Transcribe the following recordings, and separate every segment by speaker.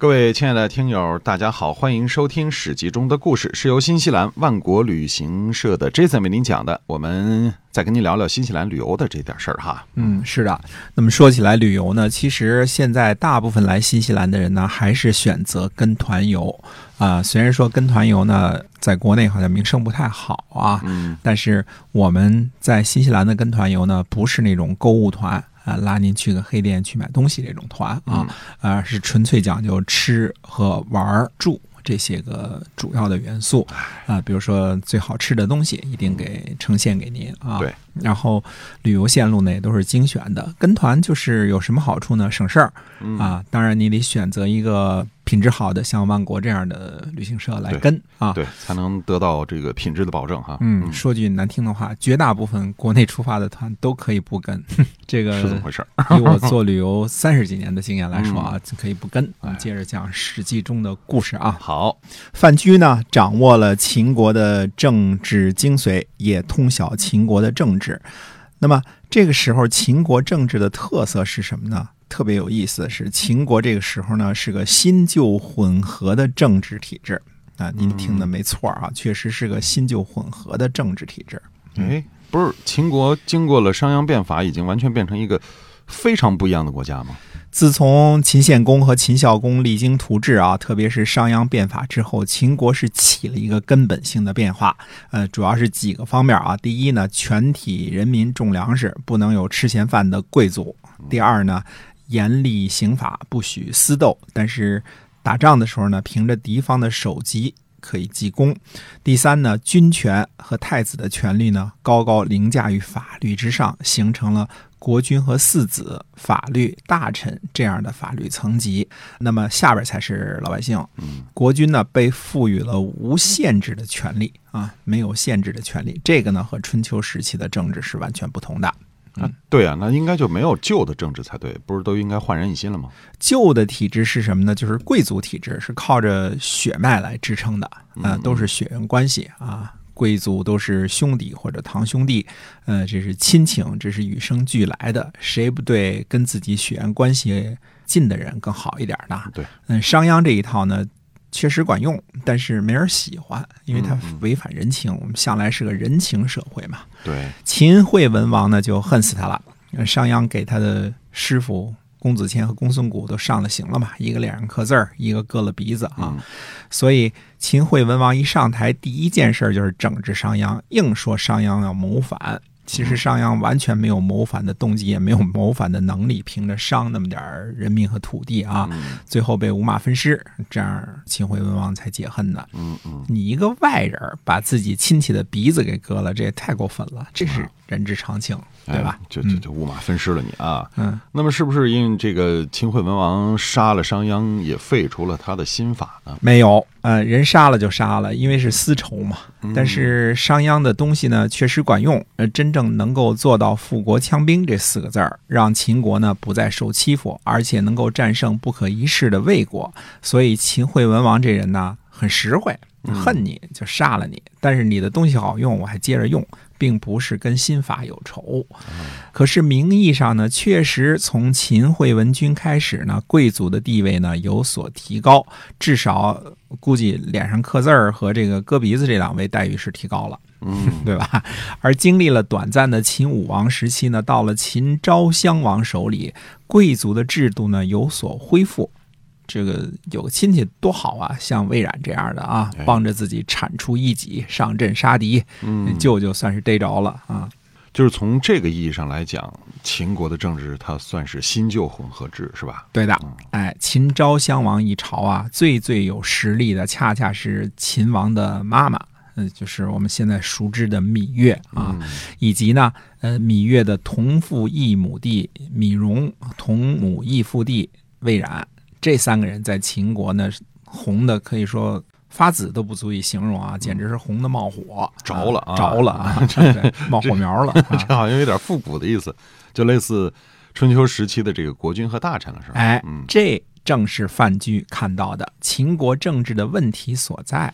Speaker 1: 各位亲爱的听友，大家好，欢迎收听《史记》中的故事，是由新西兰万国旅行社的 Jason 为您讲的。我们再跟您聊聊新西兰旅游的这点事儿哈。
Speaker 2: 嗯，是的。那么说起来旅游呢，其实现在大部分来新西兰的人呢，还是选择跟团游啊、虽然说跟团游呢，在国内好像名声不太好啊，
Speaker 1: 嗯，
Speaker 2: 但是我们在新西兰的跟团游呢，不是那种购物团啊，拉您去个黑店去买东西这种团
Speaker 1: 嗯
Speaker 2: 啊，啊，是纯粹讲究吃和玩儿住。这些个主要的元素
Speaker 1: 哎
Speaker 2: 啊，比如说最好吃的东西一定给呈现给您啊。
Speaker 1: 对，
Speaker 2: 然后旅游线路呢也都是精选的。跟团就是有什么好处呢？省事儿
Speaker 1: 嗯
Speaker 2: 啊，当然你得选择一个品质好的，像万国这样的旅行社来
Speaker 1: 对
Speaker 2: 跟啊。
Speaker 1: 对，才能得到这个品质的保证哈。
Speaker 2: 嗯，说句难听的话，绝大部分国内出发的团都可以不跟，这个
Speaker 1: 是这么回事儿。
Speaker 2: 以我做旅游三十几年的经验来说啊，就可以不跟。我们接着讲《史记》中的故事啊。
Speaker 1: 好，
Speaker 2: 范雎呢，掌握了秦国的政治精髓，也通晓秦国的政治。那么这个时候，秦国政治的特色是什么呢？特别有意思的是，秦国这个时候呢是个新旧混合的政治体制啊，您听的没错啊，确实是个新旧混合的政治体制。
Speaker 1: 哎，不是秦国经过了商鞅变法，已经完全变成一个非常不一样的国家吗？
Speaker 2: 自从秦献公和秦孝公励精图治啊，特别是商鞅变法之后，秦国是起了一个根本性的变化。呃，主要是几个方面啊。第一呢，全体人民种粮食，不能有吃闲饭的贵族；第二呢，严厉刑法，不许私斗，但是打仗的时候呢，凭着敌方的首级。可以记功。第三呢，军权和太子的权力呢，高高凌驾于法律之上，形成了国君和四子、法律大臣这样的法律层级，那么下边才是老百姓。
Speaker 1: 嗯，
Speaker 2: 国君呢被赋予了无限制的权利啊，没有限制的权利。这个呢和春秋时期的政治是完全不同的。
Speaker 1: 啊，对啊，那应该就没有旧的政治才对，不是都应该焕然一新了吗？
Speaker 2: 旧的体制是什么呢？就是贵族体制，是靠着血脉来支撑的，啊、都是血缘关系啊。贵族都是兄弟或者堂兄弟，呃，这是亲情，这是与生俱来的，谁不对跟自己血缘关系近的人更好一点呢？
Speaker 1: 对，
Speaker 2: 嗯，商鞅这一套呢，确实管用，但是没人喜欢，因为它违反人情。我们向来是个人情社会嘛，
Speaker 1: 对，
Speaker 2: 秦惠文王呢就恨死他了。呃商鞅给他的师傅公子虔和公孙贾都上了刑了嘛，一个脸上刻字儿，一个割了鼻子啊。所以秦惠文王一上台，第一件事就是整治商鞅，硬说商鞅要谋反。其实商鞅完全没有谋反的动机，也没有谋反的能力，凭着商那么点儿人民和土地啊，最后被五马分尸，这样秦惠文王才解恨呢。
Speaker 1: 嗯嗯，
Speaker 2: 你一个外人儿把自己亲戚的鼻子给割了，这也太过分了，这是人之常情，对吧
Speaker 1: 哎？就就就五马分尸了你啊！
Speaker 2: 嗯，
Speaker 1: 那么是不是因为这个秦惠文王杀了商鞅，也废除了他的新法呢？
Speaker 2: 没有，呃，人杀了就杀了，因为是私仇嘛。但是商鞅的东西呢，确实管用，呃，真正能够做到富国强兵这四个字儿，让秦国呢不再受欺负，而且能够战胜不可一世的魏国。所以秦惠文王这人呢，很实惠，恨你就杀了你，但是你的东西好用，我还接着用。并不是跟新法有仇，可是名义上呢，确实从秦惠文君开始呢，贵族的地位呢有所提高，至少估计脸上刻字儿和这个割鼻子这两位待遇是提高了，
Speaker 1: 嗯，
Speaker 2: 对吧？而经历了短暂的秦武王时期呢，到了秦昭襄王手里，贵族的制度呢有所恢复。这个有个亲戚多好啊，像魏冉这样的啊
Speaker 1: 哎，
Speaker 2: 帮着自己铲除异己，上阵杀敌，
Speaker 1: 嗯
Speaker 2: 舅舅算是逮着了啊。
Speaker 1: 就是从这个意义上来讲，秦国的政治它算是新旧混合制，是吧？
Speaker 2: 对的，哎，秦昭襄王一朝啊，最最有实力的恰恰是秦王的妈妈，嗯，就是我们现在熟知的芈月啊，
Speaker 1: 嗯
Speaker 2: 以及呢，呃，芈月的同父异母弟芈戎，同母异父弟魏冉，这三个人在秦国呢，红的可以说。发紫都不足以形容啊，简直是红的冒火，
Speaker 1: 着了啊
Speaker 2: 着了 啊，对冒火苗了、啊。
Speaker 1: 这好像有点复古的意思，就类似春秋时期的这个国君和大臣了，是吧？
Speaker 2: 哎
Speaker 1: 嗯，
Speaker 2: 这正是范雎看到的秦国政治的问题所在。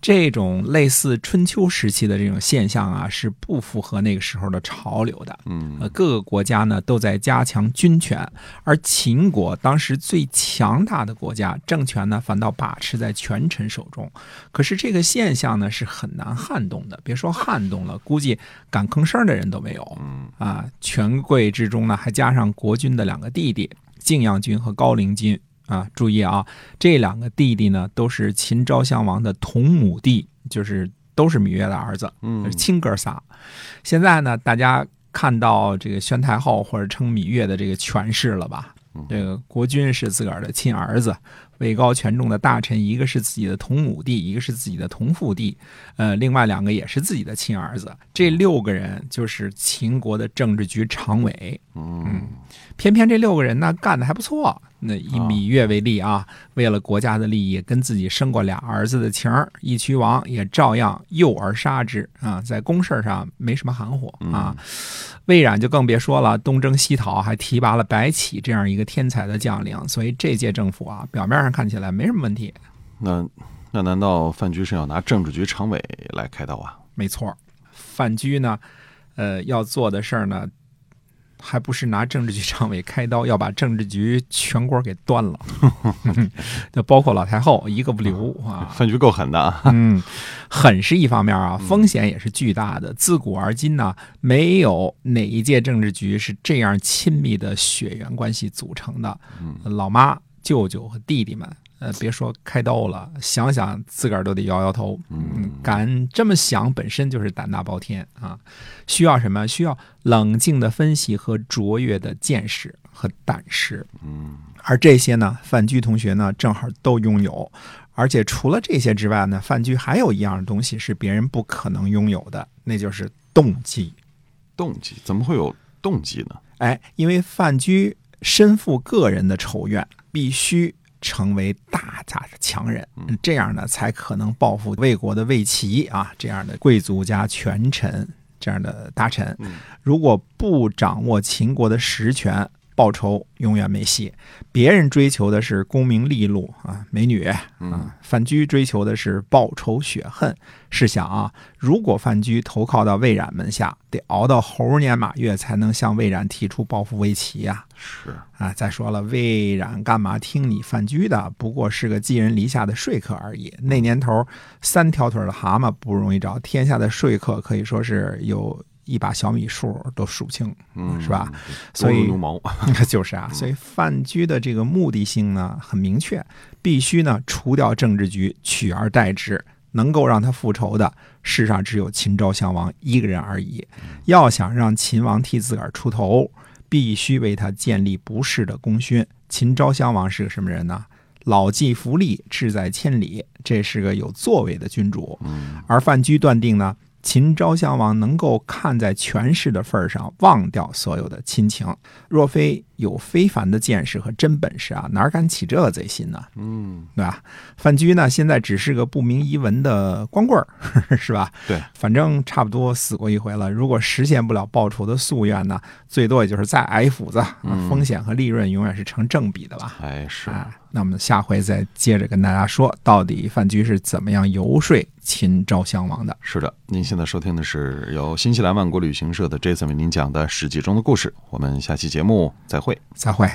Speaker 2: 这种类似春秋时期的这种现象啊，是不符合那个时候的潮流的。
Speaker 1: 嗯
Speaker 2: 呃，各个国家呢都在加强军权，而秦国当时最强大的国家，政权呢反倒把持在权臣手中。可是这个现象呢是很难撼动的，别说撼动了，估计敢吭声的人都没有
Speaker 1: 嗯
Speaker 2: 啊。权贵之中呢还加上国君的两个弟弟，敬阳君和高陵君啊。注意啊，这两个弟弟呢都是秦昭襄王的同母弟，就是都是芈月的儿子。
Speaker 1: 嗯
Speaker 2: 是亲哥仨。现在呢，大家看到这个宣太后或者称芈月的这个权势了吧
Speaker 1: 嗯？
Speaker 2: 这个国君是自个儿的亲儿子，位高权重的大臣，一个是自己的同母弟，一个是自己的同父弟，呃，另外两个也是自己的亲儿子。这六个人就是秦国的政治局常委。
Speaker 1: 嗯
Speaker 2: 偏偏这六个人呢干得还不错。那以
Speaker 1: 啊
Speaker 2: 芈月为例啊，为了国家的利益，跟自己生过俩儿子的情儿，义渠王也照样诱而杀之啊，在公事上没什么含糊啊。魏冉就更别说了，东征西讨还提拔了白起这样一个天才的将领，所以这届政府啊，表面上看起来没什么问题，
Speaker 1: 那那难道范雎是要拿政治局常委来开刀啊？
Speaker 2: 没错儿，范雎呢，呃，要做的事儿呢，还不是拿政治局常委开刀，要把政治局全锅给端了， 就包括老太后一个不留啊。
Speaker 1: 范雎够狠的啊！
Speaker 2: 嗯，狠是一方面啊，风险也是巨大的。自古而今呢，没有哪一届政治局是这样亲密的血缘关系组成的。老妈、舅舅和弟弟们，呃，别说开刀了，想想自个儿都得摇摇头。嗯，敢这么想本身就是胆大包天啊！需要什么？需要冷静的分析和卓越的见识和胆识。
Speaker 1: 嗯
Speaker 2: 而这些呢，范雎同学呢，正好都拥有。而且除了这些之外呢，范雎还有一样东西是别人不可能拥有的，那就是动机。
Speaker 1: 动机怎么会有动机呢？
Speaker 2: 哎，因为范雎身负个人的仇怨，必须成为大家的强人，
Speaker 1: 嗯
Speaker 2: 嗯这样呢才可能报复魏国的魏齐啊这样的贵族加权臣这样的大臣
Speaker 1: 嗯。
Speaker 2: 如果不掌握秦国的实权，报仇永远没戏。别人追求的是功名利禄啊，美女
Speaker 1: 嗯
Speaker 2: 啊，范雎追求的是报仇雪恨。试想啊，如果范雎投靠到魏冉门下，得熬到猴年马月才能向魏冉提出报复魏齐呀、
Speaker 1: 是
Speaker 2: 啊！再说了，魏冉干嘛听你范雎的？不过是个寄人篱下的说客而已。那年头，三条腿的蛤蟆不容易找，天下的说客可以说是有一把小米数都数不清，
Speaker 1: 嗯
Speaker 2: 是吧？？
Speaker 1: 多
Speaker 2: 所
Speaker 1: 如
Speaker 2: 以
Speaker 1: 牛毛。
Speaker 2: 就是啊，所以范雎的这个目的性呢很明确，必须呢除掉政治局，取而代之。能够让他复仇的，世上只有秦昭襄王一个人而已。要想让秦王替自个儿出头，必须为他建立不世的功勋。秦昭襄王是个什么人呢？老骥伏枥，志在千里，这是个有作为的君主。
Speaker 1: 嗯
Speaker 2: 而范雎断定呢，秦昭襄王能够看在权势的份儿上，忘掉所有的亲情。若非有非凡的见识和真本事啊，哪敢起这贼心呢？
Speaker 1: 嗯
Speaker 2: 对吧？范雎呢，现在只是个不明一文的光棍儿， 是吧？
Speaker 1: 对，
Speaker 2: 反正差不多死过一回了。如果实现不了报仇的夙愿呢，最多也就是再挨一斧子，
Speaker 1: 嗯
Speaker 2: 风险和利润永远是成正比的吧？
Speaker 1: 哎是
Speaker 2: 啊，那我们下回再接着跟大家说，到底范雎是怎么样游说秦昭襄王的。
Speaker 1: 是的，您现在收听的是由新西兰万国旅行社的 Jason 为您讲的《史记》中的故事。我们下期节目再会。
Speaker 2: 再会。